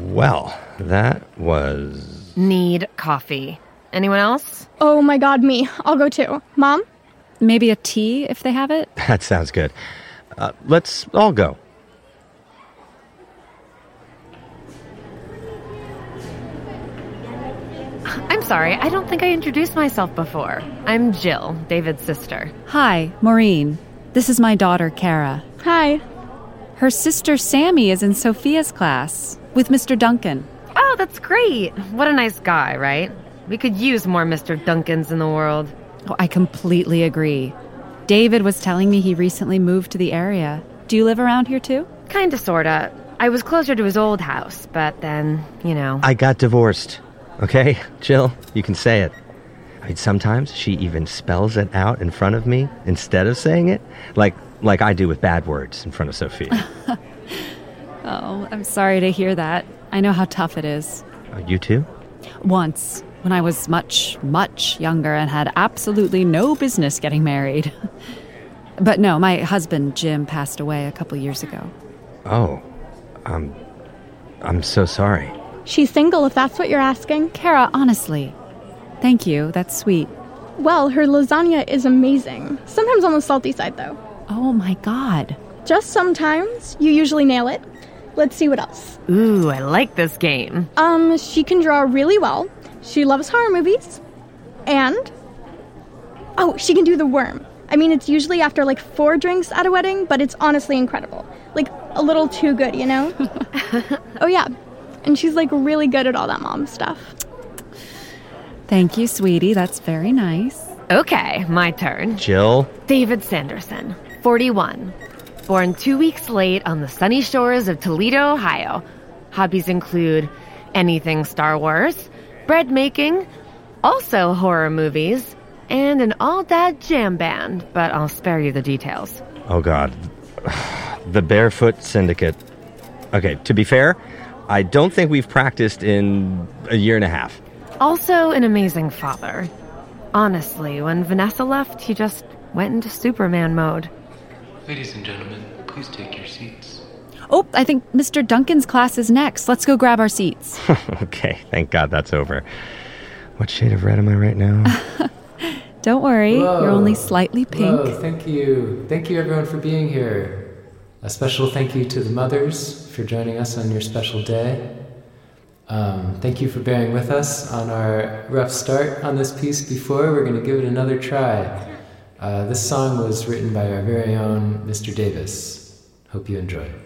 Well, that was. Need coffee. Anyone else? Oh my god, me. I'll go too. Mom? Maybe a tea if they have it? That sounds good. Uh, let's all go. I'm sorry, I don't think I introduced myself before. I'm Jill, David's sister. Hi, Maureen. This is my daughter, Kara. Hi. Her sister, Sammy, is in Sophia's class with Mr. Duncan. Oh, that's great. What a nice guy, right? We could use more Mr. Duncans in the world. Oh, I completely agree. David was telling me he recently moved to the area. Do you live around here too? Kinda, sorta. I was closer to his old house, but then, you know. I got divorced. Okay, Jill, you can say it. I mean, sometimes she even spells it out in front of me instead of saying it, like like I do with bad words in front of Sophia. Oh, I'm sorry to hear that. I know how tough it is. Uh, you too? Once, when I was much, much younger and had absolutely no business getting married. But no, my husband, Jim, passed away a couple years ago. Oh, um, I'm so sorry. She's single, if that's what you're asking. Kara, Uh, honestly, thank you. That's sweet. Well, her lasagna is amazing. Sometimes on the salty side, though. Oh my God. Just sometimes. You usually nail it. Let's see what else. Ooh, I like this game. Um, she can draw really well. She loves horror movies. And. Oh, she can do the worm. I mean, it's usually after like four drinks at a wedding, but it's honestly incredible. Like, a little too good, you know? oh, yeah. And she's like really good at all that mom stuff. Thank you, sweetie. That's very nice. Okay, my turn. Jill, David Sanderson, 41. Born two weeks late on the sunny shores of Toledo, Ohio. Hobbies include anything Star Wars, bread making, also horror movies, and an all dad jam band, but I'll spare you the details. Oh God, the Barefoot Syndicate. Okay, to be fair, I don't think we've practiced in a year and a half. Also, an amazing father. Honestly, when Vanessa left, he just went into Superman mode. Ladies and gentlemen, please take your seats. Oh, I think Mr. Duncan's class is next. Let's go grab our seats. okay, thank God that's over. What shade of red am I right now? Don't worry, you're only slightly pink. Hello, thank you. Thank you, everyone, for being here. A special thank you to the mothers for joining us on your special day. Um, thank you for bearing with us on our rough start on this piece before. We're going to give it another try. Uh, this song was written by our very own Mr. Davis. Hope you enjoy.